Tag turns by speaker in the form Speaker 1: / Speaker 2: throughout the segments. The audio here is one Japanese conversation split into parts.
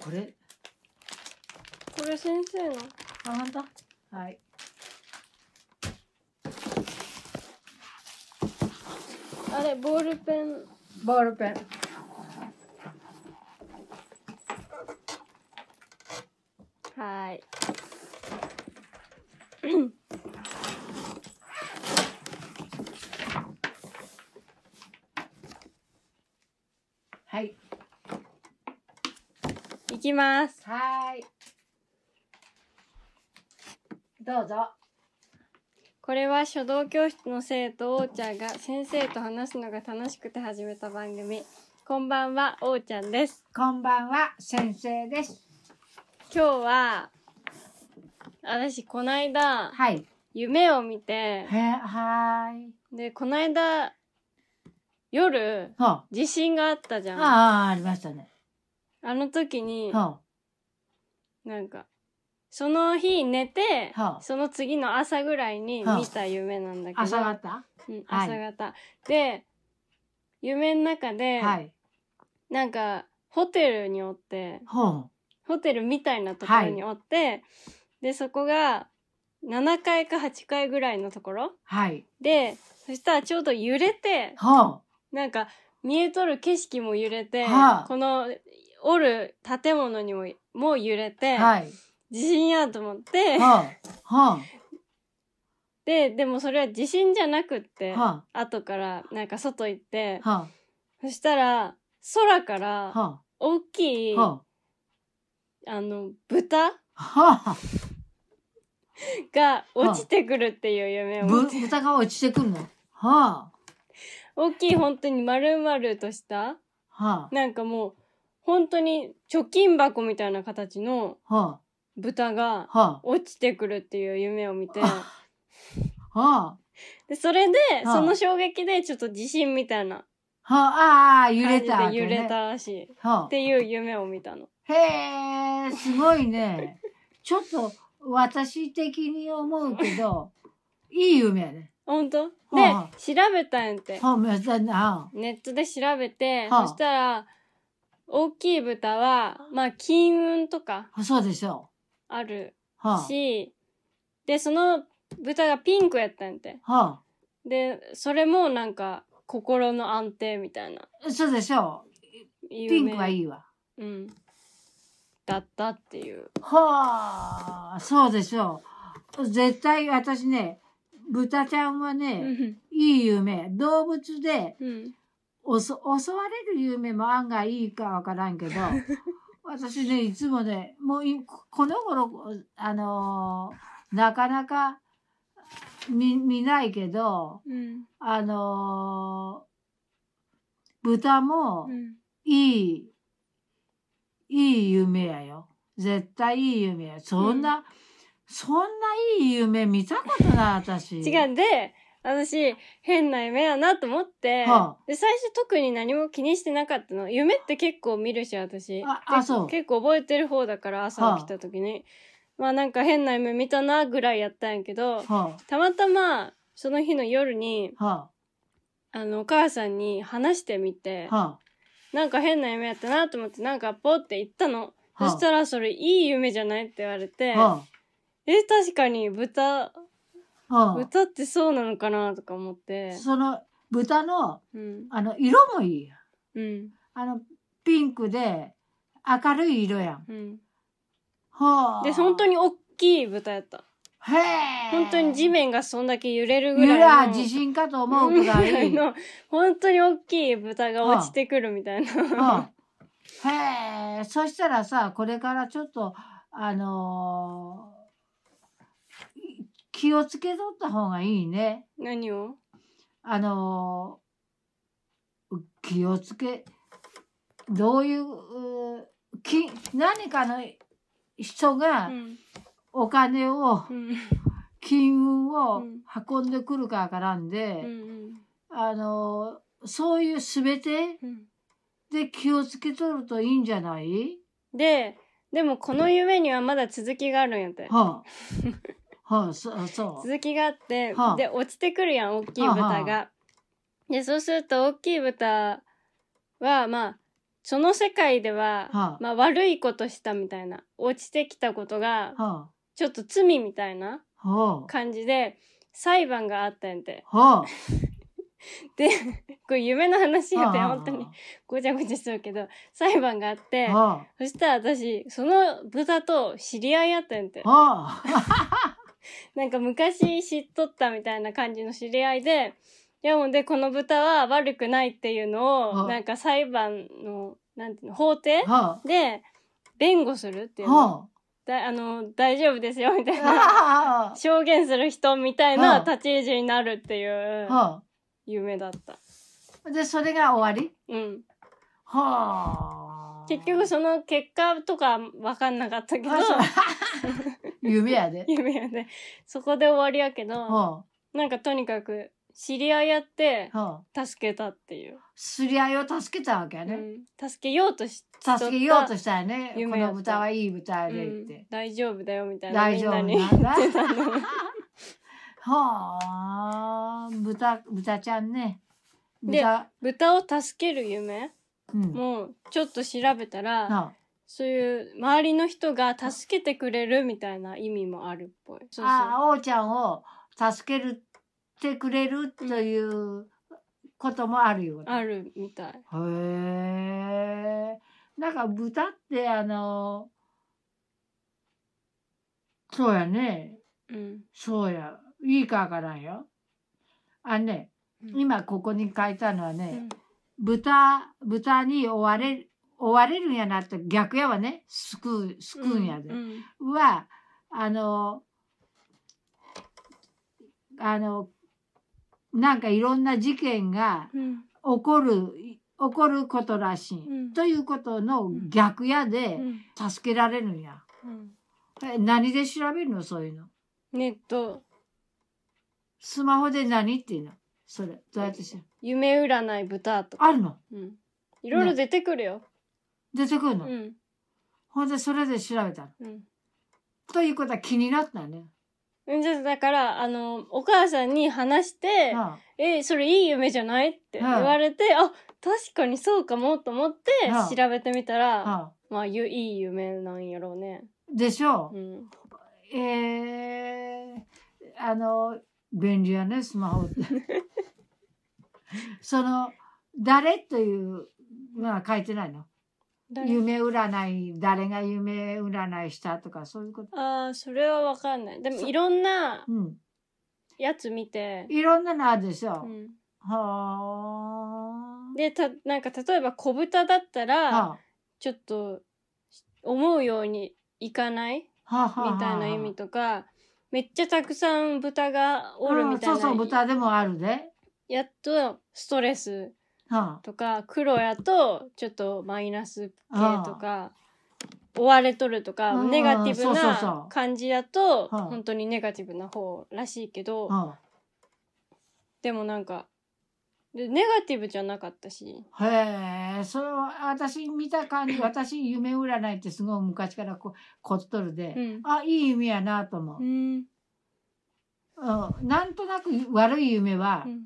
Speaker 1: これ
Speaker 2: これ先生の
Speaker 1: あ本当はい
Speaker 2: あれボールペン
Speaker 1: ボールペン
Speaker 2: はい
Speaker 1: はい
Speaker 2: いきます
Speaker 1: はーいどうぞ
Speaker 2: これは書道教室の生徒おーちゃんが先生と話すのが楽しくて始めた番組こんばんはおーちゃんです
Speaker 1: こんばんは先生です
Speaker 2: 今日は私こないだ
Speaker 1: はい
Speaker 2: 夢を見て
Speaker 1: へはーい
Speaker 2: でこないだ夜
Speaker 1: ほうあ
Speaker 2: 地震があったじゃんあ
Speaker 1: あーありましたね
Speaker 2: の時に
Speaker 1: ほう
Speaker 2: なんかその日寝て
Speaker 1: はあ
Speaker 2: その次の朝ぐらいに
Speaker 1: はあ
Speaker 2: 見た夢なんだけど
Speaker 1: 朝方
Speaker 2: うん、
Speaker 1: はい
Speaker 2: 朝方、で夢の中で、
Speaker 1: はい
Speaker 2: なんかホテルにおって
Speaker 1: ほう
Speaker 2: ホテルみたいなところにおって、でそこが7階か8階ぐらいのところ
Speaker 1: はい
Speaker 2: でそしたらちょうど揺れて
Speaker 1: ほう
Speaker 2: なんか見えとる景色も揺れて、
Speaker 1: はあ
Speaker 2: このおる建物にももう揺れて、
Speaker 1: はい
Speaker 2: 地震やと思って、
Speaker 1: ほうほう
Speaker 2: ででもそれは地震じゃなくって、
Speaker 1: ほう
Speaker 2: 後からなんか外行って、
Speaker 1: ほう
Speaker 2: そしたら空から
Speaker 1: ほう
Speaker 2: 大きい、
Speaker 1: ほう
Speaker 2: あの豚
Speaker 1: はあ、
Speaker 2: が落ちてくるっていう夢を
Speaker 1: ぶ
Speaker 2: 見て、
Speaker 1: 豚が落ちてくるの。はあ、
Speaker 2: 大きい本当に丸々とした
Speaker 1: は
Speaker 2: なんかもう本当に貯金箱みたいな形の
Speaker 1: あ、は
Speaker 2: 豚が
Speaker 1: あ、は
Speaker 2: 落ちてくるっていう夢を見て
Speaker 1: あ、は
Speaker 2: でそれで
Speaker 1: はあ
Speaker 2: その衝撃でちょっと地震みたいな
Speaker 1: あ、はあ、ああ、揺
Speaker 2: 感
Speaker 1: れ
Speaker 2: じ
Speaker 1: たわ
Speaker 2: で
Speaker 1: け、ね。
Speaker 2: 揺れ。たらしいっ
Speaker 1: は
Speaker 2: ていう夢を見たの。
Speaker 1: あ、へえ、すごいね。ちょっと私的に思うけど、いい夢やね。
Speaker 2: 本当で
Speaker 1: は
Speaker 2: 調べたんやって
Speaker 1: はあ、めだな。
Speaker 2: ネットで調べて
Speaker 1: はあ
Speaker 2: そしたら大きい豚はまあ金運とか
Speaker 1: そうでしょ
Speaker 2: ある
Speaker 1: う。は
Speaker 2: し、で、その豚がピンクやったんやて。
Speaker 1: あ、は
Speaker 2: で、それもなんか、心の安定みたいな。
Speaker 1: あ、そうでしょう。ピンクはい
Speaker 2: い。
Speaker 1: いわ。
Speaker 2: うん。だったっていう。
Speaker 1: はあ、そうでしょう。絶対私ね、豚ちゃんは
Speaker 2: う
Speaker 1: ね、
Speaker 2: ん。
Speaker 1: いい夢。動物で、
Speaker 2: うん。
Speaker 1: おそ襲われる夢も案外いいかわから んけど私ねいつもねもういこの頃あのーなかなか見見ないけど
Speaker 2: うん。
Speaker 1: あのー豚も
Speaker 2: うん
Speaker 1: いい、いい夢やよ絶対いい夢やそんな、そんないい夢見たことない私
Speaker 2: 違う。で、私、変な夢やなと思って、
Speaker 1: はあ
Speaker 2: で、最初特に何も気にしてなかったの。夢って結構見るし、私。
Speaker 1: ああ
Speaker 2: 結構
Speaker 1: そう
Speaker 2: 結構覚えてる方だから、朝起きた時に。まあなんか変な夢見たな、ぐらいやったんやけど、
Speaker 1: は
Speaker 2: たまたまその日の夜に
Speaker 1: あは
Speaker 2: あのお母さんに話してみて
Speaker 1: あは
Speaker 2: なんか変な夢やったなと思ってなんかポって言ったの、
Speaker 1: はあ
Speaker 2: そしたらそれいい夢じゃないって言われて、
Speaker 1: あは
Speaker 2: え確かに豚
Speaker 1: あはあ
Speaker 2: 豚ってそうなのかなとか思って
Speaker 1: その豚の
Speaker 2: うん
Speaker 1: あの色もいいやん
Speaker 2: うん
Speaker 1: あのピンクで明るい色やん。
Speaker 2: うん
Speaker 1: はあ。
Speaker 2: で本当
Speaker 1: に
Speaker 2: に大きい豚やった
Speaker 1: へえ。
Speaker 2: 本当に地面がそんだけ揺れるぐ
Speaker 1: ぐらい
Speaker 2: らいの
Speaker 1: 地震かと思う ぐらい。
Speaker 2: の本当に大きい豚が落ちてくるみたいな、
Speaker 1: はあ、へえ。そしたらさこれからちょっとあのー気をつけとった方がいいね。
Speaker 2: 何を
Speaker 1: あのー気をつけどういううき何かの人
Speaker 2: う
Speaker 1: が
Speaker 2: ん
Speaker 1: お金を、
Speaker 2: うん
Speaker 1: 金運
Speaker 2: う
Speaker 1: を
Speaker 2: ん
Speaker 1: 運んでくるかわからんで
Speaker 2: う、ん
Speaker 1: あのそういうすべて
Speaker 2: うん
Speaker 1: で気をつけとるといいんじゃ ない
Speaker 2: で、でもこの夢にはまだ続きがあるんやって。
Speaker 1: はあはあそうそう
Speaker 2: 続きがあって、
Speaker 1: はあ
Speaker 2: で、落ちてくるやん、大きい豚が。
Speaker 1: はあは
Speaker 2: で、そうすると大きい豚は、まあ、その世界では、
Speaker 1: はあ
Speaker 2: まあ、悪いことしたみたいな落ちてきたことが
Speaker 1: は
Speaker 2: ちょっと罪みたいな
Speaker 1: あ、は
Speaker 2: 感じで裁判があったんやて
Speaker 1: あ、はあ。
Speaker 2: で これ夢の話やて
Speaker 1: はあ
Speaker 2: 本当に。ごちゃごちゃしとるけど裁判があって
Speaker 1: は
Speaker 2: そしたら私その豚と知り合いやったんやて
Speaker 1: あ、はあ、
Speaker 2: なんか昔知っとったみたいな感じの知り合いでいやもうでこの豚は悪くないっていうの
Speaker 1: は
Speaker 2: を
Speaker 1: あ
Speaker 2: なんか裁判のなんていうの法廷
Speaker 1: は
Speaker 2: で弁護するっ
Speaker 1: あ、
Speaker 2: ていうの
Speaker 1: は
Speaker 2: だあの大丈夫ですよみたいな
Speaker 1: あ。
Speaker 2: 証言する人みたいな
Speaker 1: はあ
Speaker 2: 立ち位置になるっていう
Speaker 1: は
Speaker 2: 夢だった、
Speaker 1: あ。で、それが終わり
Speaker 2: うん、
Speaker 1: はあ。
Speaker 2: 結局その結果とか分かんなかったけど
Speaker 1: あそう 夢や で。
Speaker 2: 夢やでそこで終わりやけど
Speaker 1: は
Speaker 2: なんかとにかく知り合いやって
Speaker 1: あ、はあ。
Speaker 2: 助けたっていう、
Speaker 1: すり合いを助けたわけや
Speaker 2: う
Speaker 1: ね。
Speaker 2: ん、助けようとし
Speaker 1: 助けようとしたよね。こ
Speaker 2: 夢やった
Speaker 1: の豚はいい豚や
Speaker 2: う
Speaker 1: でっ
Speaker 2: ん
Speaker 1: て。
Speaker 2: 大丈夫だよみたいな
Speaker 1: 大
Speaker 2: みん
Speaker 1: 丈
Speaker 2: な
Speaker 1: 夫
Speaker 2: に
Speaker 1: なんだ。
Speaker 2: の
Speaker 1: はあ、豚、豚ちゃんね。
Speaker 2: で
Speaker 1: 豚、
Speaker 2: 豚を助ける夢
Speaker 1: うん。
Speaker 2: もうちょっと調べたら、
Speaker 1: は
Speaker 2: そういう周りの人が助けてくれるみたいな意味もあるっぽい。そうそう
Speaker 1: ああ、おうちゃんを助けるってくれるということもあるよ。
Speaker 2: あるみたい。
Speaker 1: へえ。なんか豚ってあの、そうやね。
Speaker 2: うん。
Speaker 1: そうや。いいかわからんよ。あのね、今ここに書いたのは
Speaker 2: う
Speaker 1: ね
Speaker 2: ん、、
Speaker 1: 豚、豚に追われ、追われるんやなって逆やわね。救う、救うんやで。
Speaker 2: うん
Speaker 1: はあのあのなんかいろんな事件が
Speaker 2: うん
Speaker 1: 起こる起こることらしい、
Speaker 2: うん
Speaker 1: ということの逆やで
Speaker 2: うん
Speaker 1: 助けられるんや、
Speaker 2: うん
Speaker 1: え何で調べるのそういうの
Speaker 2: ネット
Speaker 1: スマホで何っていうのそれどうやってし
Speaker 2: 夢占い豚とか、
Speaker 1: あるの
Speaker 2: うん、いろいろ出てくるよ。
Speaker 1: 出てくる
Speaker 2: う
Speaker 1: の、
Speaker 2: ん
Speaker 1: ほんでそれで調べたの
Speaker 2: うん。
Speaker 1: ということは気になったね、
Speaker 2: うんじゃあだからあのお母さんに話して
Speaker 1: うんは
Speaker 2: 「えそれいい夢じゃない?」って言われて「あ確かにそうかも」と思って
Speaker 1: うん
Speaker 2: 調べてみたら、
Speaker 1: あ
Speaker 2: まあゆいい夢なんやろうね。
Speaker 1: でしょう、
Speaker 2: うん、
Speaker 1: えー、あの便利やねスマホ ってその「誰」というのは書いてないの夢占い誰が夢占いしたとかそういうこと、
Speaker 2: ああそれは分かんないでもいろんな
Speaker 1: うん、
Speaker 2: やつ見て、
Speaker 1: いろんなのあるでし
Speaker 2: う
Speaker 1: ょ、
Speaker 2: ん
Speaker 1: は
Speaker 2: でたなんか例えば小豚だった
Speaker 1: あ
Speaker 2: ら
Speaker 1: は
Speaker 2: ちょっと思うようにいかない
Speaker 1: あはあはあはあ
Speaker 2: みたいな意味とかめっちゃたくさん豚がおるみたい
Speaker 1: うんそうそう
Speaker 2: な
Speaker 1: 豚でもあるで、
Speaker 2: やっとストレス
Speaker 1: はあ、
Speaker 2: とか黒やとちょっとマイナス系とか追われとるとか
Speaker 1: うん
Speaker 2: ネガティブ
Speaker 1: そうそうそ
Speaker 2: な
Speaker 1: う
Speaker 2: 感じやと
Speaker 1: うん
Speaker 2: 本当にネガティブな方らしいけど。
Speaker 1: は
Speaker 2: でもなんかでネガティブじゃなかったし
Speaker 1: あ、へえそれは私見た感じ私夢占いってすごい昔からここっとるで、
Speaker 2: うん、
Speaker 1: あいい夢やなと思う
Speaker 2: う、ん
Speaker 1: うんなんとなく悪い夢は、
Speaker 2: うん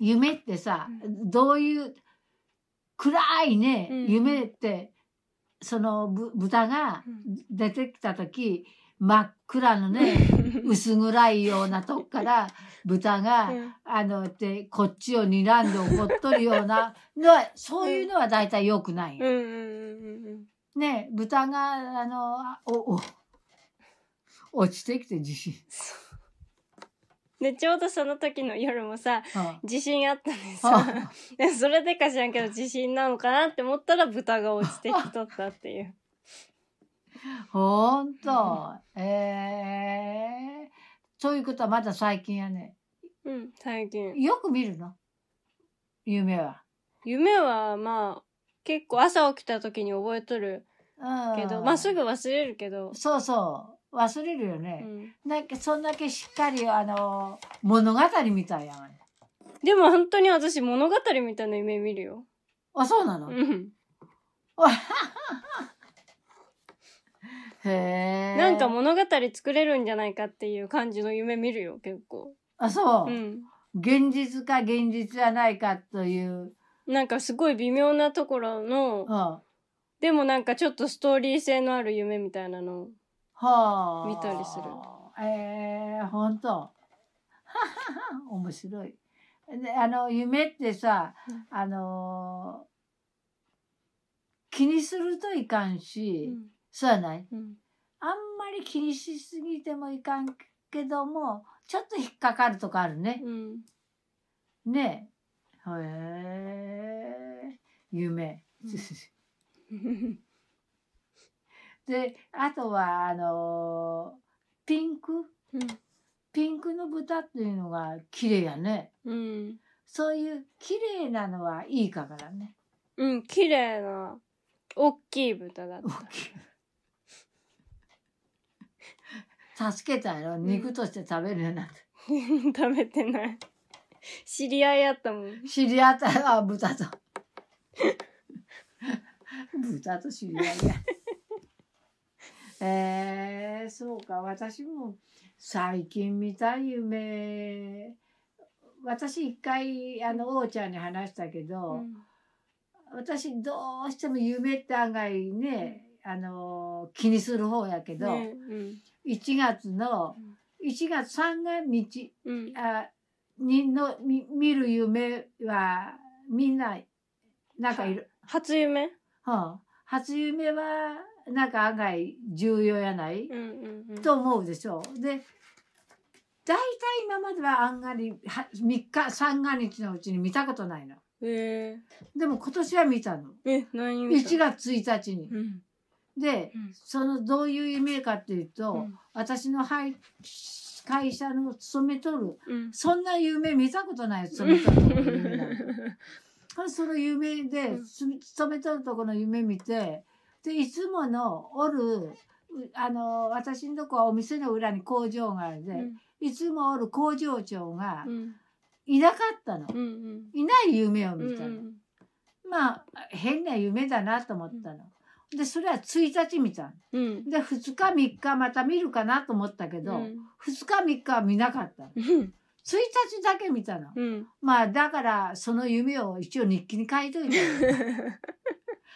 Speaker 1: 夢ってさ、どういう暗いね、
Speaker 2: うん
Speaker 1: 夢ってそのぶ豚が
Speaker 2: うん
Speaker 1: 出てきた時真っ暗のね薄暗いようなとこ から豚が、
Speaker 2: うん
Speaker 1: あのってこっちを睨んで怒っとるようなのはそういうのは大体良くないよ
Speaker 2: うんうんうんうん
Speaker 1: ね豚があのおお落ちてきて地 震。
Speaker 2: でちょうどその時の夜もさ
Speaker 1: うん
Speaker 2: 地震あったんです
Speaker 1: あ
Speaker 2: さ でそれでか知らんけど地震なのかなって思ったら豚が落ちてきとったっていう
Speaker 1: ほんと。ええそういうことはまだ最近やね。
Speaker 2: うん最近
Speaker 1: よく見るの夢は。
Speaker 2: 夢はまあ結構朝起きた時に覚えとる
Speaker 1: うん。
Speaker 2: けどまあすぐ忘れるけど、
Speaker 1: そうそう。忘れるよ
Speaker 2: う
Speaker 1: ね。
Speaker 2: ん、
Speaker 1: なんか、そんだけしっかり、あの、物語みたいやん。
Speaker 2: でも本当に私物語みたいな夢見るよ、
Speaker 1: あ、そうなの、
Speaker 2: う
Speaker 1: へ
Speaker 2: ん、
Speaker 1: え。
Speaker 2: なんか物語作れるんじゃないかっていう感じの夢見るよ結構
Speaker 1: あ、そう
Speaker 2: う。ん
Speaker 1: 現実か現実じゃないかという
Speaker 2: なんかすごい微妙なところの、
Speaker 1: うん。は
Speaker 2: でもなんかちょっとストーリー性のある夢みたいなの。
Speaker 1: あ。
Speaker 2: 見たりする。
Speaker 1: ええー、本当。ははは 面白い。で、あの夢ってさ
Speaker 2: うん、
Speaker 1: あのー気にするといかんし、そうやない。
Speaker 2: うん
Speaker 1: あんまり気にしすぎてもいかんけども、ちょっと引っかかるとかあるね。
Speaker 2: うん
Speaker 1: ねえ。へえ。夢。
Speaker 2: うん
Speaker 1: で、あとは、あのーピンクピンクの豚っていうのが綺麗やね。
Speaker 2: うん
Speaker 1: そういう綺麗なのはいいかからね。
Speaker 2: うん綺麗な大きい豚だった
Speaker 1: 助けたやろ肉として食べるようになっ
Speaker 2: 食べてない知り合いやったもん
Speaker 1: た。知り合った よあ豚と。豚と知り合いや。えー、そうか私も最近見た夢私一回あの王ちゃんに話したけど、私どうしても夢って案外ね、あのー気にする方やけど、
Speaker 2: ねうん
Speaker 1: 1月の1月3が日
Speaker 2: うん
Speaker 1: あにのみ見る夢はみんななんかいる、
Speaker 2: 初夢
Speaker 1: うん初夢はなんか案外重要やない、
Speaker 2: うんうんうん
Speaker 1: と思うでしょう。で大体今まではあんがりは3日三が日のうちに見たことないの。
Speaker 2: え
Speaker 1: でも今年は見たの。
Speaker 2: ーえ何夢
Speaker 1: 1月1日に。
Speaker 2: うん
Speaker 1: で、
Speaker 2: うん
Speaker 1: そのどういう夢かっていうと、
Speaker 2: うん
Speaker 1: 私の配会社の勤めとる
Speaker 2: うん
Speaker 1: そんな夢見たことない勤めとるとこの夢なのその夢で、
Speaker 2: うん
Speaker 1: す勤めとるとこの夢見てでいつものおるうあの私のとこはお店の裏に工場があるで、
Speaker 2: うん
Speaker 1: いつもおる工場長が
Speaker 2: うん
Speaker 1: いなかったの、
Speaker 2: うんうん
Speaker 1: いない夢を
Speaker 2: うん
Speaker 1: 見たの、
Speaker 2: うん
Speaker 1: まあ変な夢だなと思ったの、でそれは1日見たの
Speaker 2: うん
Speaker 1: で2日3日また見るかなと思ったけど、2日3日は見なかったの1
Speaker 2: うん
Speaker 1: 日だけ見たの、
Speaker 2: うん
Speaker 1: まあだからその夢を一応日記に書いといたの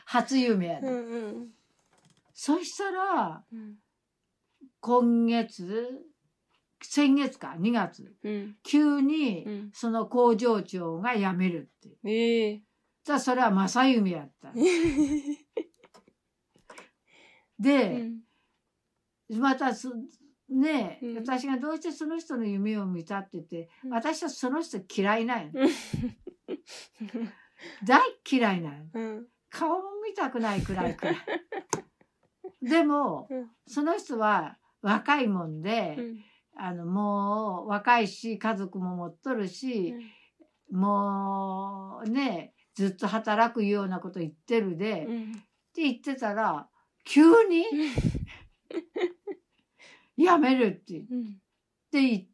Speaker 1: 初夢やで、
Speaker 2: うんうん
Speaker 1: そしたら
Speaker 2: うん
Speaker 1: 今月先月か2月
Speaker 2: うん
Speaker 1: 急
Speaker 2: う
Speaker 1: に
Speaker 2: ん
Speaker 1: その工場長が辞めるって
Speaker 2: ええ
Speaker 1: じゃあそれは正夢やったので、
Speaker 2: うん
Speaker 1: またそねえ、
Speaker 2: うん
Speaker 1: 私がどうしてその人の夢を見たって言って、
Speaker 2: うん
Speaker 1: 私はその人嫌いなんよ
Speaker 2: うん
Speaker 1: 大嫌いなんよ
Speaker 2: うん
Speaker 1: 顔も見たくないくらいくらいでも
Speaker 2: うん
Speaker 1: その人は若いもんで、
Speaker 2: うん
Speaker 1: あのもう若いし家族も持っとるし、もうねずっと働くようなこと言ってるで、
Speaker 2: う
Speaker 1: って
Speaker 2: ん
Speaker 1: 言ってたら急 に辞めるって言って
Speaker 2: うん
Speaker 1: って言っ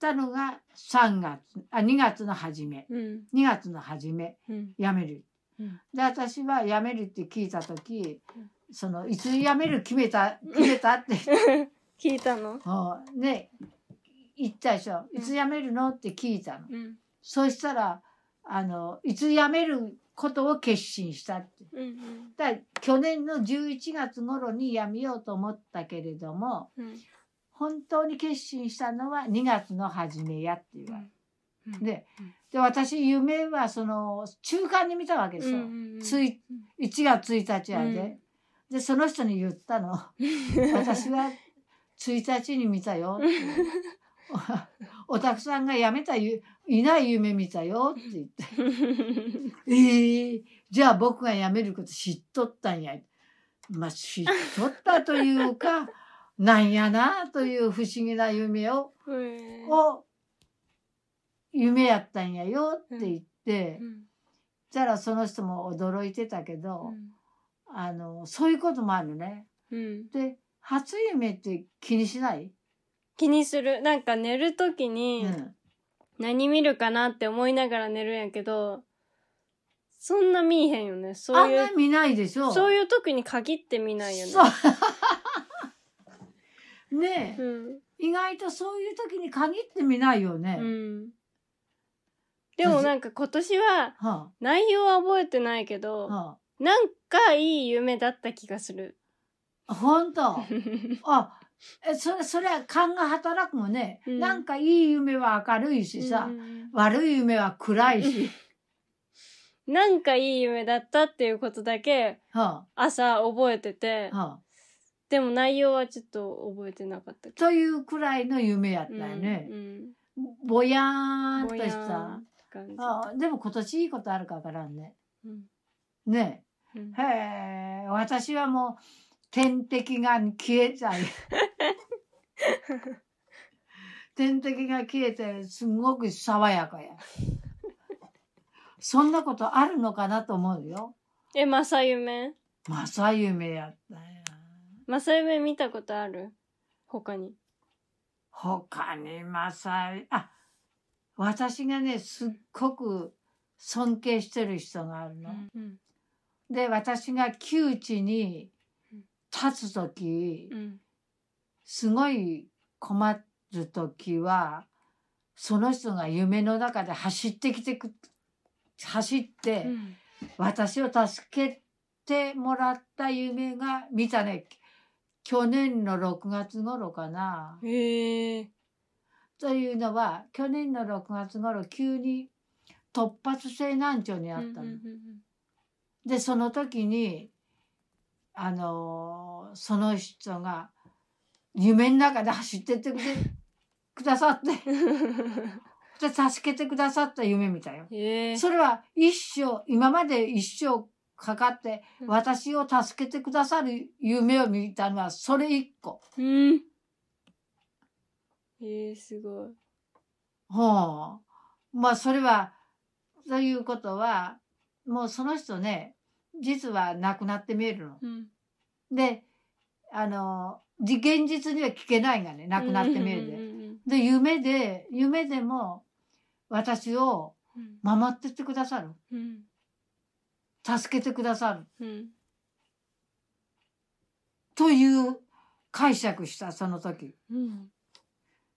Speaker 1: たのが3月あ2月の初め
Speaker 2: うん
Speaker 1: 2月の初め
Speaker 2: うん
Speaker 1: 辞める
Speaker 2: うん
Speaker 1: で私は辞めるって聞いた時
Speaker 2: うん
Speaker 1: そのいつ辞める決めた決めたって
Speaker 2: 聞いたの
Speaker 1: もうね言ったでしょ
Speaker 2: うん
Speaker 1: いつ辞めるのって聞いたの
Speaker 2: うん
Speaker 1: そうしたらあのいつ辞めることを決心したって
Speaker 2: うん
Speaker 1: だから去年の11月頃に辞めようと思ったけれども
Speaker 2: うんうん
Speaker 1: 本当に決心したのは2月の初めやって言われた
Speaker 2: うん
Speaker 1: で
Speaker 2: うん
Speaker 1: で私夢はその中間に見たわけです
Speaker 2: う
Speaker 1: よ、
Speaker 2: んうんうん
Speaker 1: つい1月1日やで、
Speaker 2: うん
Speaker 1: でその人に言った の私は1日に見たよって おおたくさんが辞めたゆいない夢見たよって言っ て「ええじゃあ僕が辞めること知っとったんや」まあ知っとったというか なんやなという不思議な夢を
Speaker 2: うん
Speaker 1: を夢やったんやよって言って、
Speaker 2: うん
Speaker 1: したらその人も驚いてたけど、あのそういうこともあるね。
Speaker 2: うん
Speaker 1: で初夢って気にしない、
Speaker 2: 気にするなんか寝るときに
Speaker 1: うん
Speaker 2: 何見るかなって思いながら寝るんやけどそんな見えへんよね
Speaker 1: あ
Speaker 2: そうんい
Speaker 1: ま
Speaker 2: う
Speaker 1: り見ないでしょ
Speaker 2: そう
Speaker 1: う
Speaker 2: いう時に限って見ないよね
Speaker 1: そう ねえ、
Speaker 2: うん
Speaker 1: 意外とそういう時に限って見ないよね。
Speaker 2: うんでもなんか今年は
Speaker 1: は
Speaker 2: 内容は覚えてないけ
Speaker 1: あ、
Speaker 2: ど、
Speaker 1: は
Speaker 2: なんかいい夢だった気がする。
Speaker 1: あ、本 当。あ、え、それ、それは勘が働くもんね。
Speaker 2: うん
Speaker 1: なんかいい夢は明るいしさ、
Speaker 2: うん
Speaker 1: 悪い夢は暗いし。
Speaker 2: なんかいい夢だったっていうことだけ
Speaker 1: は
Speaker 2: 朝覚えてて
Speaker 1: あ、、はあ、
Speaker 2: でも内容はちょっと覚えてなかったけ
Speaker 1: というくらいの夢やった
Speaker 2: ど。
Speaker 1: よね
Speaker 2: う。ん
Speaker 1: ぼや
Speaker 2: う
Speaker 1: ー
Speaker 2: ん
Speaker 1: んと
Speaker 2: ぼ
Speaker 1: し
Speaker 2: やーん
Speaker 1: た
Speaker 2: っ。て感じ
Speaker 1: あでも今年いいことあるかわからんね。
Speaker 2: うん
Speaker 1: ね
Speaker 2: うん
Speaker 1: え。へえ、私はもう天敵が消え たり。天敵が消えてすごく爽やかや。そんなことあるのかなと思うよ。
Speaker 2: え、正夢
Speaker 1: 正夢やったよ。
Speaker 2: 正夢見たことある他に。
Speaker 1: 他に正夢、あ、私がね、すっごく尊敬してる人があるの。
Speaker 2: うん
Speaker 1: で私が窮地に立つ時
Speaker 2: うん
Speaker 1: すごい困る時はその人が夢の中で走ってきてく走って
Speaker 2: うん
Speaker 1: 私を助けてもらった夢が見たね去年の6月頃かな。
Speaker 2: へえ。
Speaker 1: というのは去年の6月頃急に突発性難聴にあったの。
Speaker 2: うんうん
Speaker 1: でその時にあのーその人が夢の中で走ってってくれ くださってで助けてくださった夢みたいよ
Speaker 2: うん。へえ。
Speaker 1: それは一生今まで一生かかって
Speaker 2: うん
Speaker 1: 私を助けてくださる夢を見たのはそれ一個。
Speaker 2: うん。えー、すごい。
Speaker 1: ほう。まあそれはということはもうその人ね実は亡くなって見えるの。
Speaker 2: うん。
Speaker 1: であのじ現実には聞けないがね亡くなってみるで。
Speaker 2: うん
Speaker 1: で夢で夢でも私を
Speaker 2: うん
Speaker 1: 守ってってくださる
Speaker 2: うん。
Speaker 1: 助けてくださる
Speaker 2: うん。
Speaker 1: という解釈したその時
Speaker 2: うん。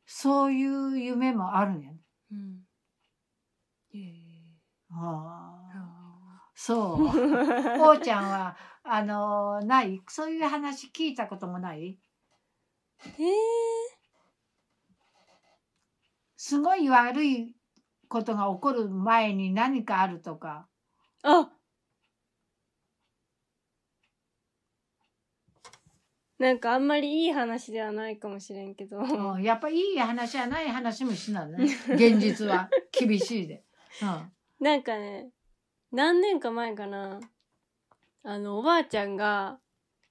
Speaker 1: そういう夢もあるんやね。
Speaker 2: うん。え
Speaker 1: ああ
Speaker 2: ー。
Speaker 1: そう おうちゃんはあのないそういう話聞いたこともない
Speaker 2: え
Speaker 1: すごい悪いことが起こる前に何かあるとか
Speaker 2: ー、あなんかあんまりいい話ではないかもしれんけど。
Speaker 1: うん、やっぱいい話やない話もしないね。現実は厳しいで。うん。
Speaker 2: なんかね、何年か前かな、あの、おばあちゃんが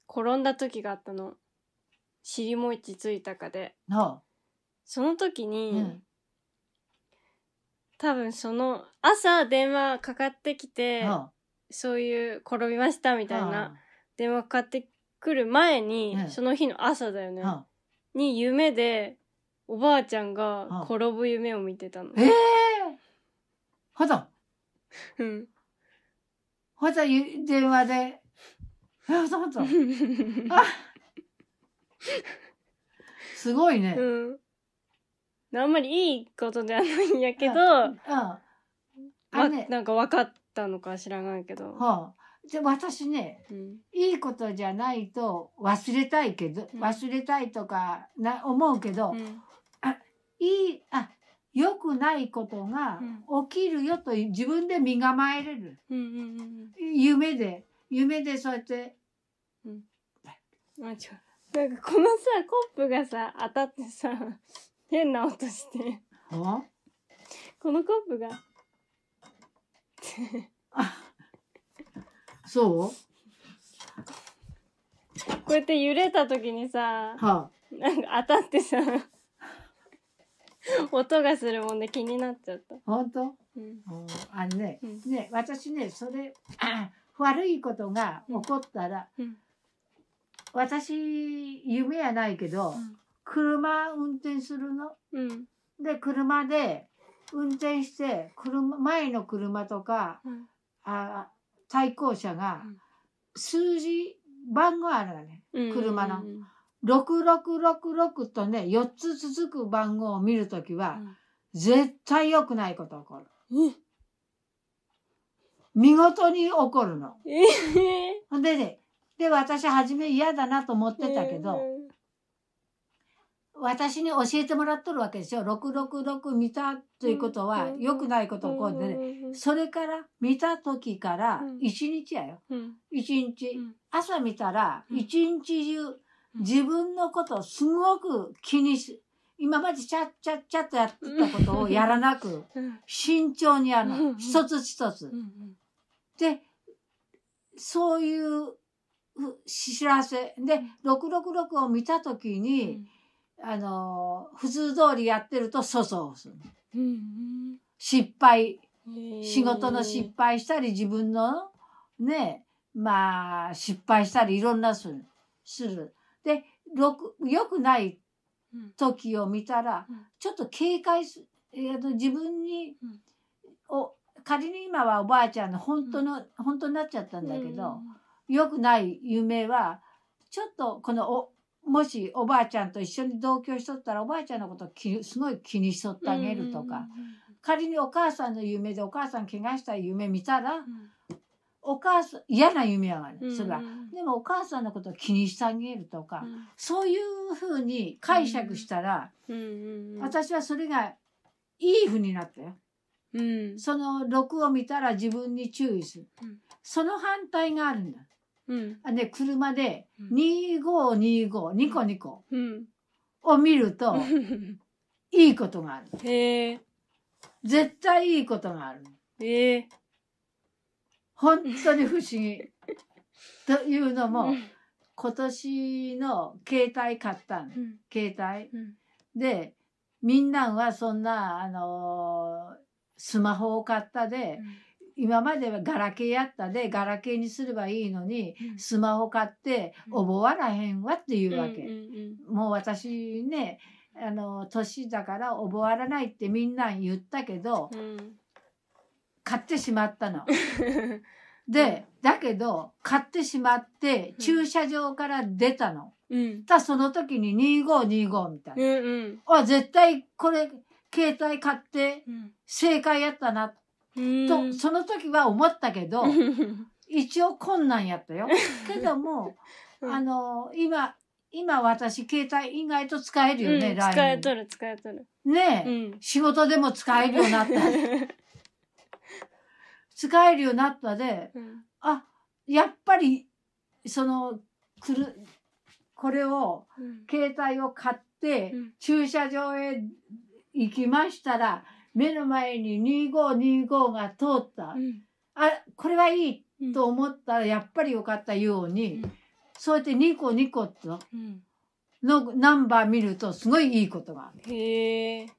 Speaker 2: 転んだ時があったの。尻もちついたかで。
Speaker 1: の、
Speaker 2: その時に、
Speaker 1: うん。
Speaker 2: 多分その、朝電話かかってきて、
Speaker 1: の、
Speaker 2: そういう転びましたみ
Speaker 1: み
Speaker 2: たいな、電話かかってくる前に、
Speaker 1: うん
Speaker 2: その日の朝だよね、
Speaker 1: うん。
Speaker 2: に夢で、おばあちゃんが
Speaker 1: うん
Speaker 2: 転ぶ夢を見てたの。
Speaker 1: ええー、ほと、
Speaker 2: うん
Speaker 1: ほとゆ電話で、えほとほと。あすごいね。うん。
Speaker 2: うん。あんまりいいことではないんやけど、
Speaker 1: あ
Speaker 2: ま
Speaker 1: のね、
Speaker 2: なんか分かったのか知らないけど。
Speaker 1: ほう。じゃ私ね、
Speaker 2: うん。
Speaker 1: いいことじゃないと忘れたいけど、
Speaker 2: うん
Speaker 1: 忘れたいとかな思うけど、
Speaker 2: うん
Speaker 1: いい、あ、良くないことが起きるよと自分で身構えれる。
Speaker 2: うんうん
Speaker 1: 夢で、夢でそうやって、
Speaker 2: うん。あ、ちょ、なんかこのさ、コップがさ、当たってさ、 変な音して、
Speaker 1: あ
Speaker 2: このコップが、
Speaker 1: そう
Speaker 2: こうやって揺れた時にさ、
Speaker 1: は
Speaker 2: なんか当たって さ、音がするもんで気になっちゃった。
Speaker 1: あ、本当
Speaker 2: う
Speaker 1: う
Speaker 2: ん。
Speaker 1: んあのね
Speaker 2: う、ん。
Speaker 1: ね、私ね、それ、 あ悪いことが起こったら、
Speaker 2: うん。
Speaker 1: 私、夢やないけど、車運転するの。
Speaker 2: うん。
Speaker 1: で、車で運転して、車、前の車とか、
Speaker 2: うん。
Speaker 1: あ対向車が
Speaker 2: うん、
Speaker 1: 数字、番号あるわね。
Speaker 2: うん
Speaker 1: 車の
Speaker 2: うん
Speaker 1: 6666とね、4つ続く番号を見るときは、絶対良くないこと起こる。見事に怒るの。
Speaker 2: ええ
Speaker 1: ほんでね、で、私初め嫌だなと思ってたけど、私に教えてもらっとるわけですよ。666見たということは
Speaker 2: うん、
Speaker 1: 良くないことをこうでね。
Speaker 2: ね
Speaker 1: それから、見た時から
Speaker 2: うん、
Speaker 1: 一日やよ。
Speaker 2: うん
Speaker 1: 一日。朝見たら、
Speaker 2: うん
Speaker 1: 一日中、自分のことをすごく気にし、今までちゃっちゃっちゃっとやってたことをやらなく、
Speaker 2: うん
Speaker 1: 慎重にやる
Speaker 2: うん
Speaker 1: の。一つ一つ
Speaker 2: う。ん
Speaker 1: で、そういうふ知らせ。で、666を見たとき
Speaker 2: う
Speaker 1: に、
Speaker 2: ん
Speaker 1: あのー、普通通りやってると粗相をする。
Speaker 2: うん
Speaker 1: 失敗、
Speaker 2: うん
Speaker 1: 仕事の失敗したり、自分のね、まあ、失敗したり、いろんなする。する。で、ろく良くない
Speaker 2: うん
Speaker 1: 時を見たら
Speaker 2: うん、
Speaker 1: ちょっと警戒す、えーと自分に
Speaker 2: うん、
Speaker 1: を、仮に今はおばあちゃんの本当の、本当になっちゃったんだけど、
Speaker 2: うん
Speaker 1: 良くない夢はちょっとこのおもしおばあちゃんと一緒に同居しとったらおばあちゃんのことをきすごい気にしとってあげるとか、仮にお母さんの夢でお母さん怪我した夢見たらお母さん嫌な夢はあ
Speaker 2: うんうんうんうん
Speaker 1: るそれは、でもお母さんのことを気にしてあげるとか、
Speaker 2: うん
Speaker 1: そういうふうに解釈したら、
Speaker 2: うんうん
Speaker 1: 私はそれがいいふうになったよ。
Speaker 2: うん
Speaker 1: その6を見たら自分に注意する、
Speaker 2: うん
Speaker 1: その反対があるんだ。
Speaker 2: うん
Speaker 1: あで車で
Speaker 2: うん
Speaker 1: 2525ニコニコ
Speaker 2: うん
Speaker 1: を見るといいことがある
Speaker 2: へえ
Speaker 1: 絶対いいことがある
Speaker 2: ええ
Speaker 1: 本当に不思議というのも
Speaker 2: うん
Speaker 1: 今年の携帯買ったん
Speaker 2: うん
Speaker 1: 携帯
Speaker 2: うん
Speaker 1: でみんなはそんなあのースマホを買ったで今まではガラケーやったでガラケーにすればいいのに
Speaker 2: うん
Speaker 1: スマホ買って覚わらへんわっていうわけ。
Speaker 2: うんうん
Speaker 1: もう私ねあの年だから覚わらないってみんな言ったけど
Speaker 2: うんうん
Speaker 1: 買ってしまったの。でだけど買ってしまって
Speaker 2: うん
Speaker 1: 駐車場から出たの。
Speaker 2: うん
Speaker 1: ただその時に2525みたいな。
Speaker 2: うんうん
Speaker 1: あ絶対これ携帯買って
Speaker 2: うん
Speaker 1: 正解やったな
Speaker 2: うん
Speaker 1: と、その時は思ったけど一応困難や ったよ。けども、
Speaker 2: うん
Speaker 1: あの今今私携帯意外と使えるよね、
Speaker 2: うん
Speaker 1: LINE
Speaker 2: 使えとる使えとる
Speaker 1: ねえ。
Speaker 2: うん
Speaker 1: 仕事でも使えるようになった。 使えるようになったで、
Speaker 2: うん
Speaker 1: あ、やっぱり、その、くる、これを、
Speaker 2: うん
Speaker 1: 携帯を買って
Speaker 2: うん、
Speaker 1: 駐車場へ行きましたら、目の前に2525が通った。あ、これはいい
Speaker 2: うん
Speaker 1: と思ったら、やっぱりよかったように
Speaker 2: うん、
Speaker 1: そうやって2個2個と
Speaker 2: うん
Speaker 1: のナンバー見ると、すごいいいことがある。
Speaker 2: へえ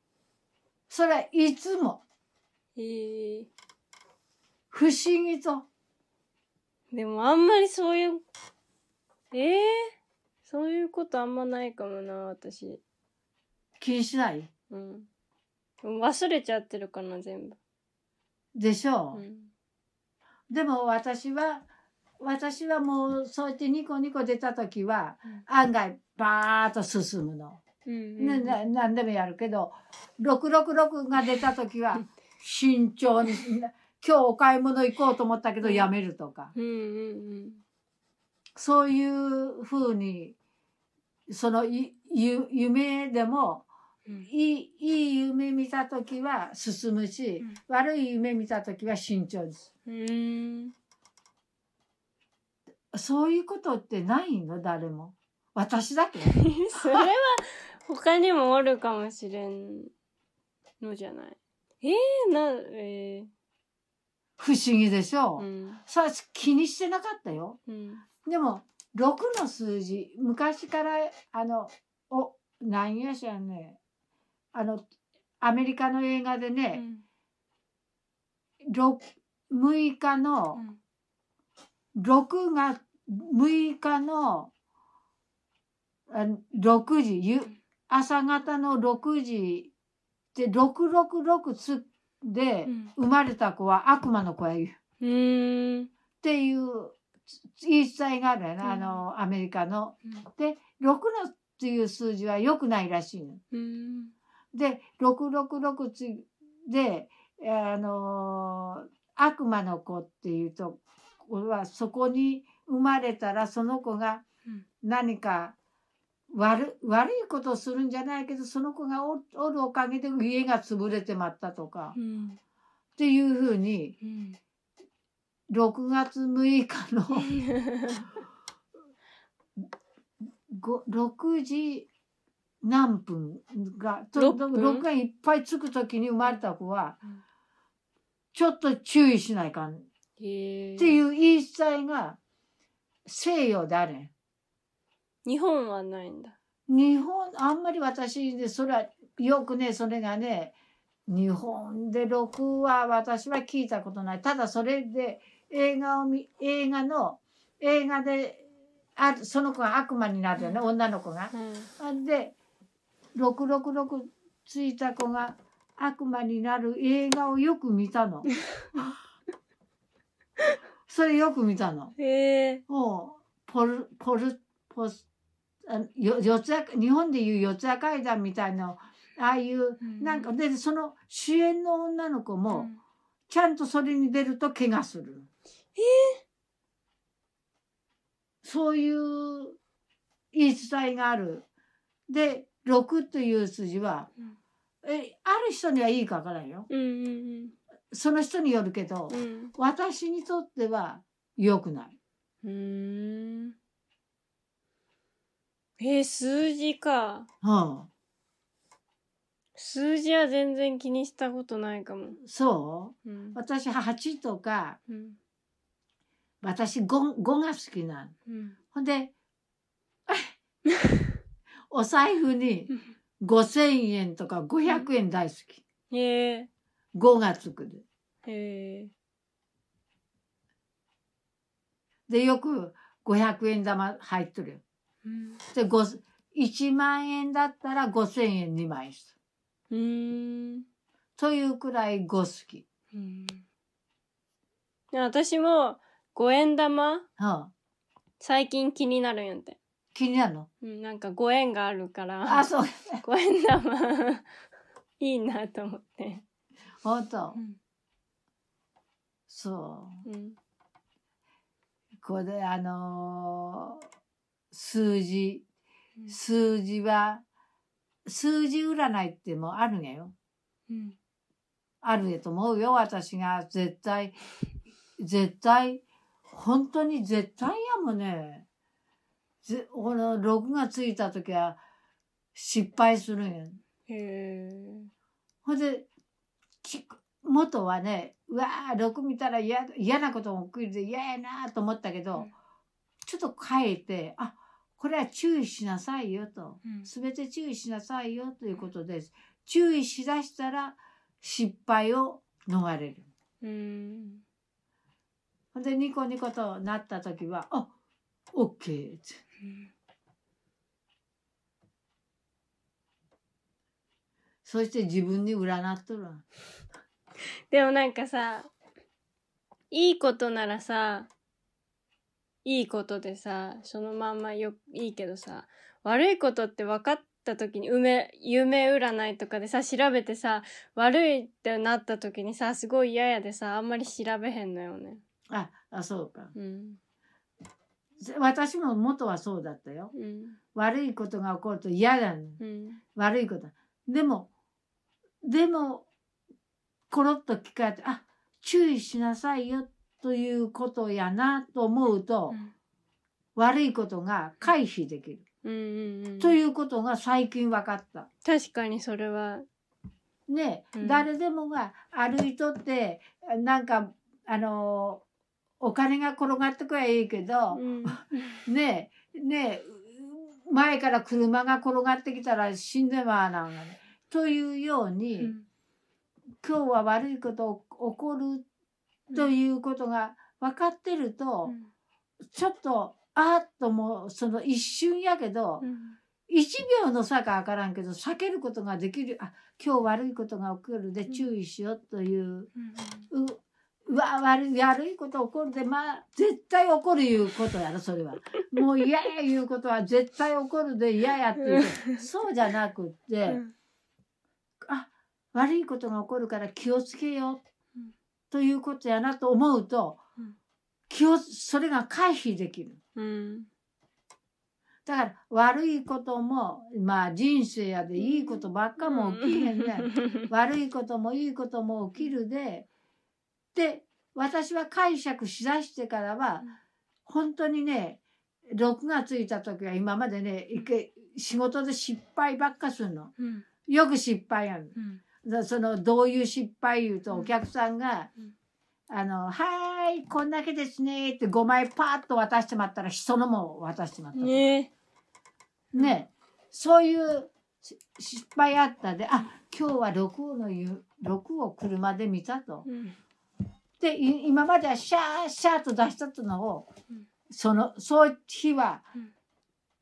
Speaker 1: それはいつも、
Speaker 2: へえ
Speaker 1: 不思議と。
Speaker 2: でもあんまりそういうええそういうことあんまないかもな私
Speaker 1: 気にしない
Speaker 2: うん忘れちゃってるかな全部
Speaker 1: でしょう、
Speaker 2: うん
Speaker 1: でも私は私はもうそうやってニコニコ出た時は
Speaker 2: うん
Speaker 1: 案外バーッと進むの、
Speaker 2: うん
Speaker 1: ねな何でもやるけど666が出た時は慎重にな今日お買い物行こうと思ったけどやめるとか
Speaker 2: うんうん
Speaker 1: そういうふうにそのいゆ夢でも
Speaker 2: うん
Speaker 1: いいいい夢見た時は進むし、
Speaker 2: う
Speaker 1: 悪い夢見た時は慎重です。
Speaker 2: うん
Speaker 1: そういうことってないの誰も。私だけ
Speaker 2: それは他にもおるかもしれんのじゃないええなええ
Speaker 1: 不思議でしょう。
Speaker 2: うん
Speaker 1: さあ気にしてなかったよ。
Speaker 2: うん
Speaker 1: でも6の数字昔からあのおなんやしらねあのアメリカの映画で
Speaker 2: う
Speaker 1: ね、
Speaker 2: ん
Speaker 1: 六6日の
Speaker 2: うん
Speaker 1: 6が6日のあ6時ゆ
Speaker 2: ん
Speaker 1: 朝方の6時で666つで
Speaker 2: うん
Speaker 1: 生まれた子は悪魔の子や言うっ
Speaker 2: うん
Speaker 1: ていうつ言い伝えがあるやな、
Speaker 2: うん
Speaker 1: あのアメリカの。
Speaker 2: うん
Speaker 1: で6のっていう数字は良くないらしいの。
Speaker 2: うん
Speaker 1: で666つであの悪魔の子っていうとこれはそこに生まれたらその子が
Speaker 2: うん
Speaker 1: 何か悪悪いことをするんじゃないけどその子がおおるおかげで家が潰れてまったとか、
Speaker 2: う
Speaker 1: っ
Speaker 2: ん
Speaker 1: ていうふうに
Speaker 2: うん
Speaker 1: 6月6日 のご6時何分がと
Speaker 2: 六分
Speaker 1: 6がいっぱいつく時に生まれた子は
Speaker 2: うん
Speaker 1: ちょっと注意しないかん。
Speaker 2: へえ
Speaker 1: っていう言い伝えが西洋であれん
Speaker 2: 日本はないんだ
Speaker 1: 日本あんまり私でそれはよくねそれがね日本で6は私は聞いたことないただそれで映画を見映画の映画であその子が悪魔になるよね、
Speaker 2: うん
Speaker 1: 女の子が。
Speaker 2: うん
Speaker 1: で666ついた子が悪魔になる映画をよく見たの。それよく見たの。
Speaker 2: へえ
Speaker 1: もうポルポルポスあよ四つ谷日本でいう四ツ谷階段みたいなああいう
Speaker 2: うん
Speaker 1: なんかでその主演の女の子
Speaker 2: う
Speaker 1: も
Speaker 2: ん
Speaker 1: ちゃんとそれに出ると怪我する。そういう言い伝えがある。で6という数字は
Speaker 2: うん
Speaker 1: えある人にはいいかわからんよ。
Speaker 2: うんうん
Speaker 1: その人によるけど、
Speaker 2: うん
Speaker 1: 私にとっては良くない。
Speaker 2: うんうーんえー、数字か
Speaker 1: うん、
Speaker 2: 数字は全然気にしたことないかも
Speaker 1: そう
Speaker 2: うん
Speaker 1: 私8とか
Speaker 2: うん
Speaker 1: 私 5, 5が好きなの。
Speaker 2: うん
Speaker 1: ほん でお財布に5,000円とか500円大好き。
Speaker 2: へえ
Speaker 1: 5がつくで。
Speaker 2: へえ
Speaker 1: でよく500円玉入っとるよ。
Speaker 2: うん
Speaker 1: で5 1万円だったら5,000円2枚する。
Speaker 2: うーん
Speaker 1: というくらい5好き。
Speaker 2: うん私も五円玉
Speaker 1: うん、
Speaker 2: 最近気になるんやって、
Speaker 1: 気になるの
Speaker 2: うん、なんか五円があるから
Speaker 1: あそう。
Speaker 2: 五円玉いいなと思って、
Speaker 1: ほんと
Speaker 2: う。ん
Speaker 1: そう。
Speaker 2: うん
Speaker 1: これであのー数字
Speaker 2: うん
Speaker 1: 数字は数字占いってもうあるんやよ
Speaker 2: うん
Speaker 1: あるんやと思うよ私が絶対絶対本当に絶対やもんねぜこの6がついた時は失敗するんや
Speaker 2: へえ
Speaker 1: ほんでき元はねうわー6見たら嫌だ嫌なことも起きるで嫌やなと思ったけど、
Speaker 2: うん
Speaker 1: ちょっと変えてあこれは注意しなさいよと
Speaker 2: うん
Speaker 1: 全て注意しなさいよということです注意しだしたら失敗を逃れる。
Speaker 2: うん
Speaker 1: ほんでニコニコとなった時は「あオッケー」って
Speaker 2: うん
Speaker 1: そして自分に占っとるわ。
Speaker 2: でもなんかさいいことならさいいことでさそのまんまよいいけどさ悪いことって分かった時に夢夢占いとかでさ調べてさ悪いってなった時にさすごい嫌やでさあんまり調べへんのよね。
Speaker 1: ああそうか
Speaker 2: うん
Speaker 1: ぜ私も元はそうだったよ。
Speaker 2: うん
Speaker 1: 悪いことが起こると嫌だの。
Speaker 2: うん
Speaker 1: 悪いことでもでもコロッと聞かれてあ注意しなさいよということやなと思うと、悪いことが回避できる、
Speaker 2: うんうんうん、
Speaker 1: ということが最近分かった。
Speaker 2: 確かにそれは
Speaker 1: ね、
Speaker 2: うん
Speaker 1: 誰でもが歩いとってなんかあのお金が転がってくりゃいいけど、
Speaker 2: うん
Speaker 1: ねえねえう前から車が転がってきたら死んでまわなんがね。というように、今日は悪いこと起こるということが分かってると、ちょっとあーっともうその一瞬やけど、
Speaker 2: うん
Speaker 1: 1秒の差か分からんけど避けることができるあ今日悪いことが起こるで
Speaker 2: うん
Speaker 1: 注意しようという,、
Speaker 2: うん
Speaker 1: ううわ悪い悪いこと起こるでまあ絶対起こるいうことやろそ れはもう嫌やいうことは絶対起こるで嫌やっていうそうじゃなくって、
Speaker 2: うん
Speaker 1: あ悪いことが起こるから気をつけよう
Speaker 2: うん
Speaker 1: ということやなと思うと
Speaker 2: うん
Speaker 1: 気をそれが回避できる。
Speaker 2: うん
Speaker 1: だから悪いこともまあ人生やでいいことばっかも起きへんねん。悪いこともいいことも起きるでで私は解釈しだしてからは
Speaker 2: うん
Speaker 1: 本当にね6がついた時は今までねいけ仕事で失敗ばっかするの
Speaker 2: うん
Speaker 1: よく失敗やる
Speaker 2: うん
Speaker 1: だそのどういう失敗言うと
Speaker 2: うん
Speaker 1: お客さんが
Speaker 2: うん
Speaker 1: 「あのはーいこんだけですね」って5枚パーッと渡してまったら人のも渡してまったと
Speaker 2: ね
Speaker 1: ねそういうし失敗あったであ今日は6の言う6を車で見たと。
Speaker 2: うん
Speaker 1: でい今まではシャーシャーと出したったのを、
Speaker 2: うん
Speaker 1: そのそういう日は
Speaker 2: うん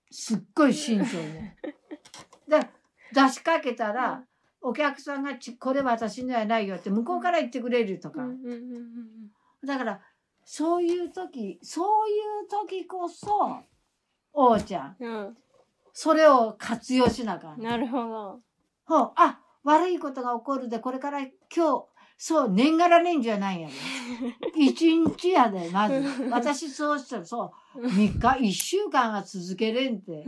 Speaker 1: すっごい慎重に。で出しかけたら、お客さんがち「これ私にはないよ」って向こうから言ってくれると
Speaker 2: う
Speaker 1: か、
Speaker 2: んうんうんうん
Speaker 1: だからそういう時そういう時こそおうちゃん
Speaker 2: うん
Speaker 1: それを活用しなあかん
Speaker 2: うん。なるほど
Speaker 1: ほう、あ、悪いことが起こるで、これから今日、そう、年がら年中やないんや で。一日やで、まず。 私そうしたら、そう、3日、1週間は続けれんって。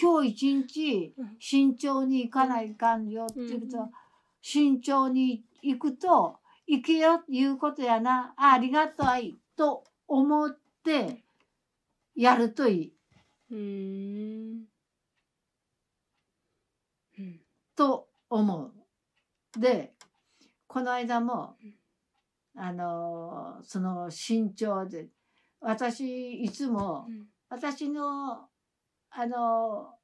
Speaker 1: 今日一日、慎重に行かないかんよって言うと、
Speaker 2: うん
Speaker 1: 慎重に行くと、行けよっていうことやな、あありがたいと思って、やるといい。
Speaker 2: うんうん
Speaker 1: と思う。でこの間も
Speaker 2: うん
Speaker 1: あのーその身長で私いつも
Speaker 2: うん
Speaker 1: 私のあのー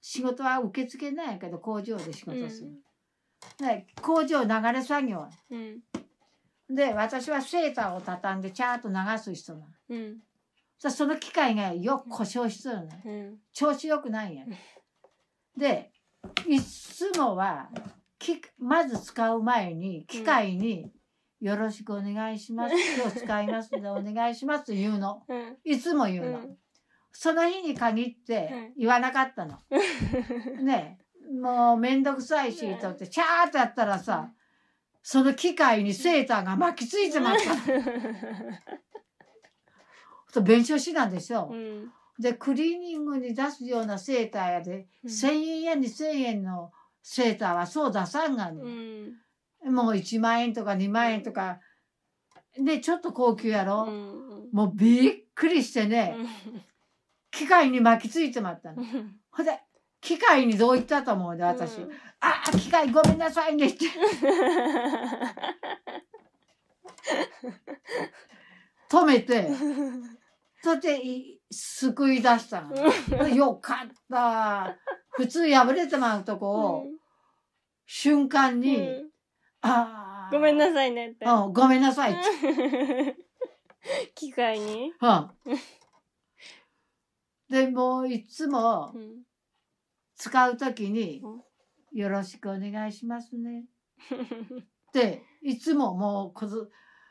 Speaker 1: 仕事は受け付けないけど工場で仕
Speaker 2: う
Speaker 1: 事する
Speaker 2: ん、
Speaker 1: ね工場流れ作業
Speaker 2: うん
Speaker 1: で私はセーターを畳んでチャーッと流す人なの
Speaker 2: うん
Speaker 1: そその機械がよく故障しとるの
Speaker 2: うん
Speaker 1: 調子よくないんや
Speaker 2: うん。
Speaker 1: で、いつもは、きまず使う前に、機械に、よろしくお願いします。今日使いますのでお願いしますと言うの。
Speaker 2: うん
Speaker 1: いつも言うの。その日に限って
Speaker 2: うん
Speaker 1: 言わなかったの。ねえもうめんどくさいし、と思って、チャーってやったらさ、その機械にセーターが巻きついてました。と弁償しなんでしょ
Speaker 2: う。ん
Speaker 1: で、クリーニングに出すようなセーターやで、1,000円や2,000円のセーターはそう出さんが
Speaker 2: う
Speaker 1: ね、
Speaker 2: ん
Speaker 1: もう1万円とか2万円とかでちょっと高級や
Speaker 2: う
Speaker 1: ろ、
Speaker 2: ん
Speaker 1: もうびっくりしてね、機械に巻きついてまったの、ほんで機械にどう言ったと思うで私、
Speaker 2: うん
Speaker 1: ああ機械ごめんなさいねって止めてそしてい救い出したの、よかった普通破れてまうとこを、瞬間に、ああ
Speaker 2: ごめん
Speaker 1: さ
Speaker 2: なさいねって
Speaker 1: うん、ごめんなさいって。
Speaker 2: 機械に
Speaker 1: うん。 でもういつも使うときに
Speaker 2: うん
Speaker 1: 「よろしくお願いしますね」っていつももうこず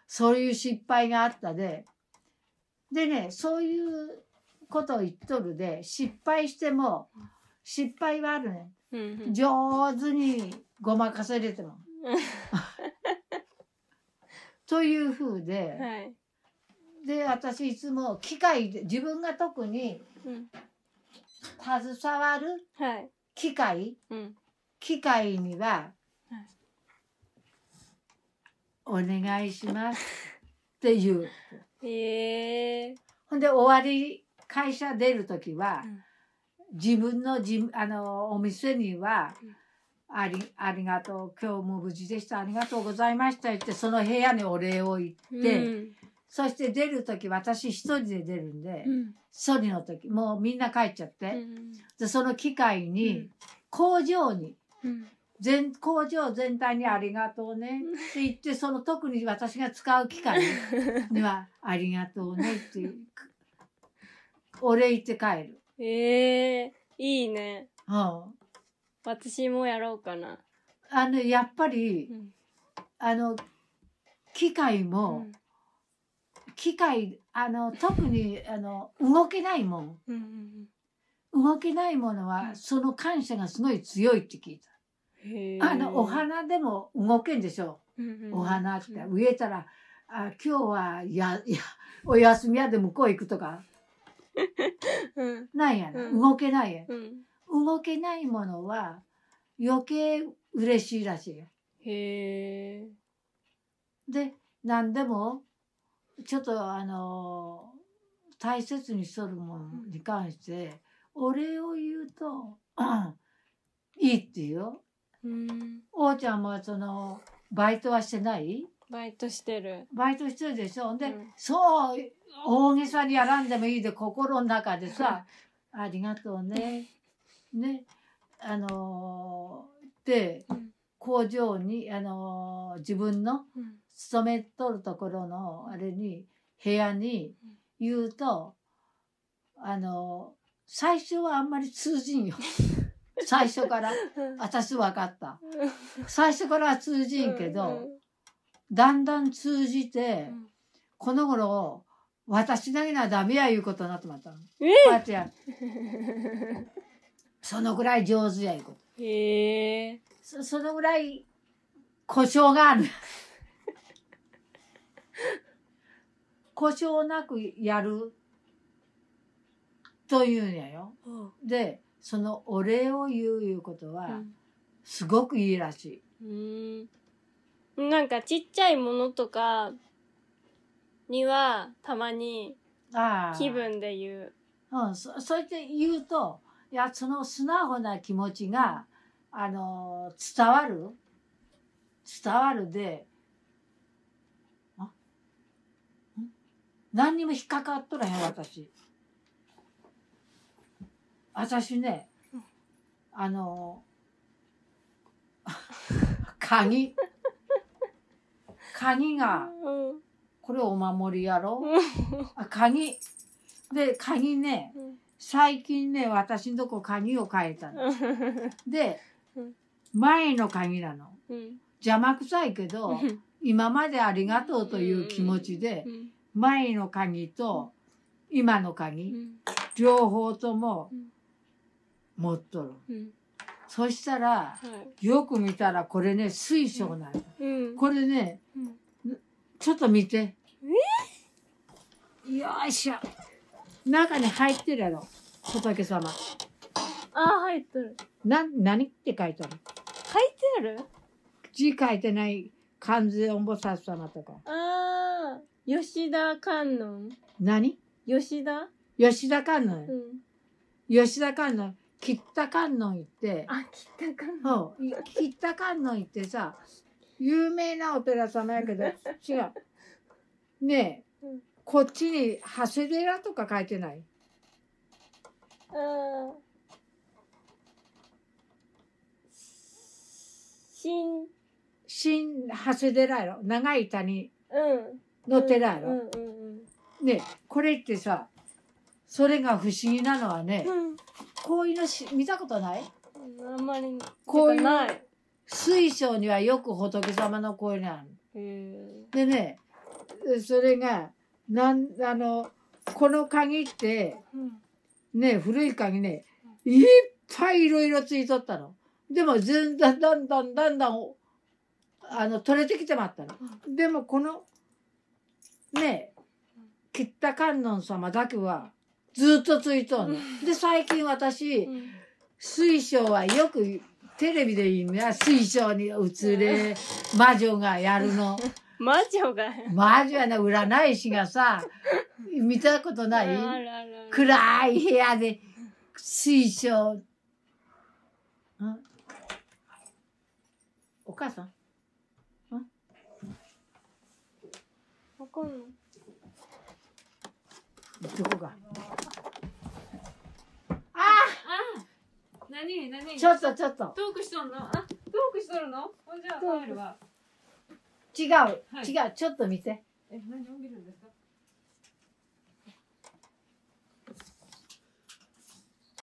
Speaker 1: そういう失敗があったででねそういうことを言っとるで失敗しても失敗はあるね上手にごまかせれて も。というふうで、
Speaker 2: はい
Speaker 1: で私いつも機械で自分が特に携わる
Speaker 2: はい
Speaker 1: 機械
Speaker 2: うん
Speaker 1: 機械には
Speaker 2: は
Speaker 1: 「
Speaker 2: い
Speaker 1: お願いします」っていう
Speaker 2: ええ
Speaker 1: ほんで終わり会社出る時は自分のじあのお店には
Speaker 2: うん
Speaker 1: 「ありありがとう今日も無事でしたありがとうございました」ってその部屋にお礼を言って、そして出る時私一人で出るんで一人の時もうみんな帰っちゃって、でその機械に、
Speaker 2: うん
Speaker 1: 工場に全工場全体にありがとうねって言って、その特に私が使う機会に はありがとうねっていう、お礼言って帰る。
Speaker 2: ええいいね
Speaker 1: うん。あ
Speaker 2: 私もやろうかな
Speaker 1: の、やっぱり、あの、機械も、機械、あの、特に、あの、動けないもん。動けないものは、その感謝がすごい強いって聞いた。
Speaker 2: へへー
Speaker 1: あのお、花でも動けんでしょ
Speaker 2: うんうんうん
Speaker 1: お花って
Speaker 2: うん
Speaker 1: 植えたら「あ今日はや やお休みやで向こう行く」とか
Speaker 2: うん
Speaker 1: なんやね、
Speaker 2: うん
Speaker 1: 動けないやん
Speaker 2: うん
Speaker 1: 動けないものは余計嬉しいらしいよ
Speaker 2: へえ
Speaker 1: で何でもちょっとあの大切にするもんに関してお礼を言うと、うんいいって言うよ。
Speaker 2: うん
Speaker 1: おーちゃんはそのバイトはしてない
Speaker 2: バイトしてる
Speaker 1: バイトしてるでしょで、
Speaker 2: うん
Speaker 1: そう大げさにやらんでもいいで心の中でさ「ありがとうね」ねあのーで
Speaker 2: うん
Speaker 1: 工場に、あのー自分の
Speaker 2: うん
Speaker 1: 勤めとるところのあれに部屋に言うと、あの最初はあんまり通じんよ最初から私分かった最初からは通じんけど、だんだん通じて、
Speaker 2: うん
Speaker 1: この頃私だけならダメやいうことになってまったの。
Speaker 2: え
Speaker 1: こうやってやるそのぐらい上手やいうこと
Speaker 2: へえ
Speaker 1: そそのぐらい故障がある 故障なくやるというんやよでそのお礼を言ういうことはすごくいいらしい、
Speaker 2: うんなんかちっちゃいものとかにはたまに
Speaker 1: ああ
Speaker 2: 気、分で言う
Speaker 1: うん、そそうやって言うといやその素直な気持ちがあの伝わる伝わるであん何にも引っかかっとらへん私私ねあの 鍵鍵が
Speaker 2: うん
Speaker 1: これお守りやろ
Speaker 2: う
Speaker 1: あ鍵で鍵ね
Speaker 2: うん
Speaker 1: 最近ね私のとこ鍵を変えたの。で
Speaker 2: うん
Speaker 1: 前の鍵なの
Speaker 2: うん
Speaker 1: 邪魔くさいけど今までありがとうという気持ちで
Speaker 2: うん
Speaker 1: 前の鍵と今の鍵
Speaker 2: うん
Speaker 1: 両方とも
Speaker 2: うん
Speaker 1: 持っとる。
Speaker 2: うん
Speaker 1: そしたら
Speaker 2: はい
Speaker 1: よく見たらこれね水晶なの。
Speaker 2: うん
Speaker 1: これね
Speaker 2: うん
Speaker 1: ちょっと見て。よいしょ。中に入ってるやろ仏様。
Speaker 2: あ入ってる
Speaker 1: な何って書いてある
Speaker 2: 書いてある
Speaker 1: 字書いてない観世音菩薩様とか
Speaker 2: ああ吉田観音
Speaker 1: 何
Speaker 2: 吉田
Speaker 1: 吉田観
Speaker 2: う
Speaker 1: 音、
Speaker 2: ん
Speaker 1: 吉田観音吉田観音行って
Speaker 2: あ北観音
Speaker 1: そうい吉田観音行ってさ有名なお寺様やけ ど違うねえ、
Speaker 2: うん
Speaker 1: こっちに長谷寺とか書いてない
Speaker 2: あーしんうん
Speaker 1: 新長谷寺やろ長い谷の寺やろ、
Speaker 2: うんうん
Speaker 1: ねえこれってさそれが不思議なのはね、
Speaker 2: うん
Speaker 1: こういうのし見たことない
Speaker 2: うんあんまり
Speaker 1: こういう
Speaker 2: てかない
Speaker 1: 水晶にはよく仏様の声なの。
Speaker 2: へー
Speaker 1: でねそれがなんあのこの鍵って
Speaker 2: うん
Speaker 1: ね古い鍵ねいっぱいいろいろついとったの。でも全然だんだんだんだんおあの取れてきてまったの。でもこのね吉田観音様だけはずっとついとんの。で最近私、
Speaker 2: うん
Speaker 1: 水晶はよくテレビでいいな水晶に映れ魔女がやるの
Speaker 2: 魔女が
Speaker 1: 魔女やな占い師がさ見たことな
Speaker 2: あ
Speaker 1: い
Speaker 2: るあるある
Speaker 1: 暗い部屋で水晶んお母さん
Speaker 2: わかんない
Speaker 1: どこかあ
Speaker 3: 何何
Speaker 1: ーちょっとちょっと
Speaker 3: トークしとんのあトークしとるのほんじゃあ
Speaker 2: トーク
Speaker 3: 帰るわ
Speaker 1: 違う違うちょっと見て
Speaker 3: え何を見るんですか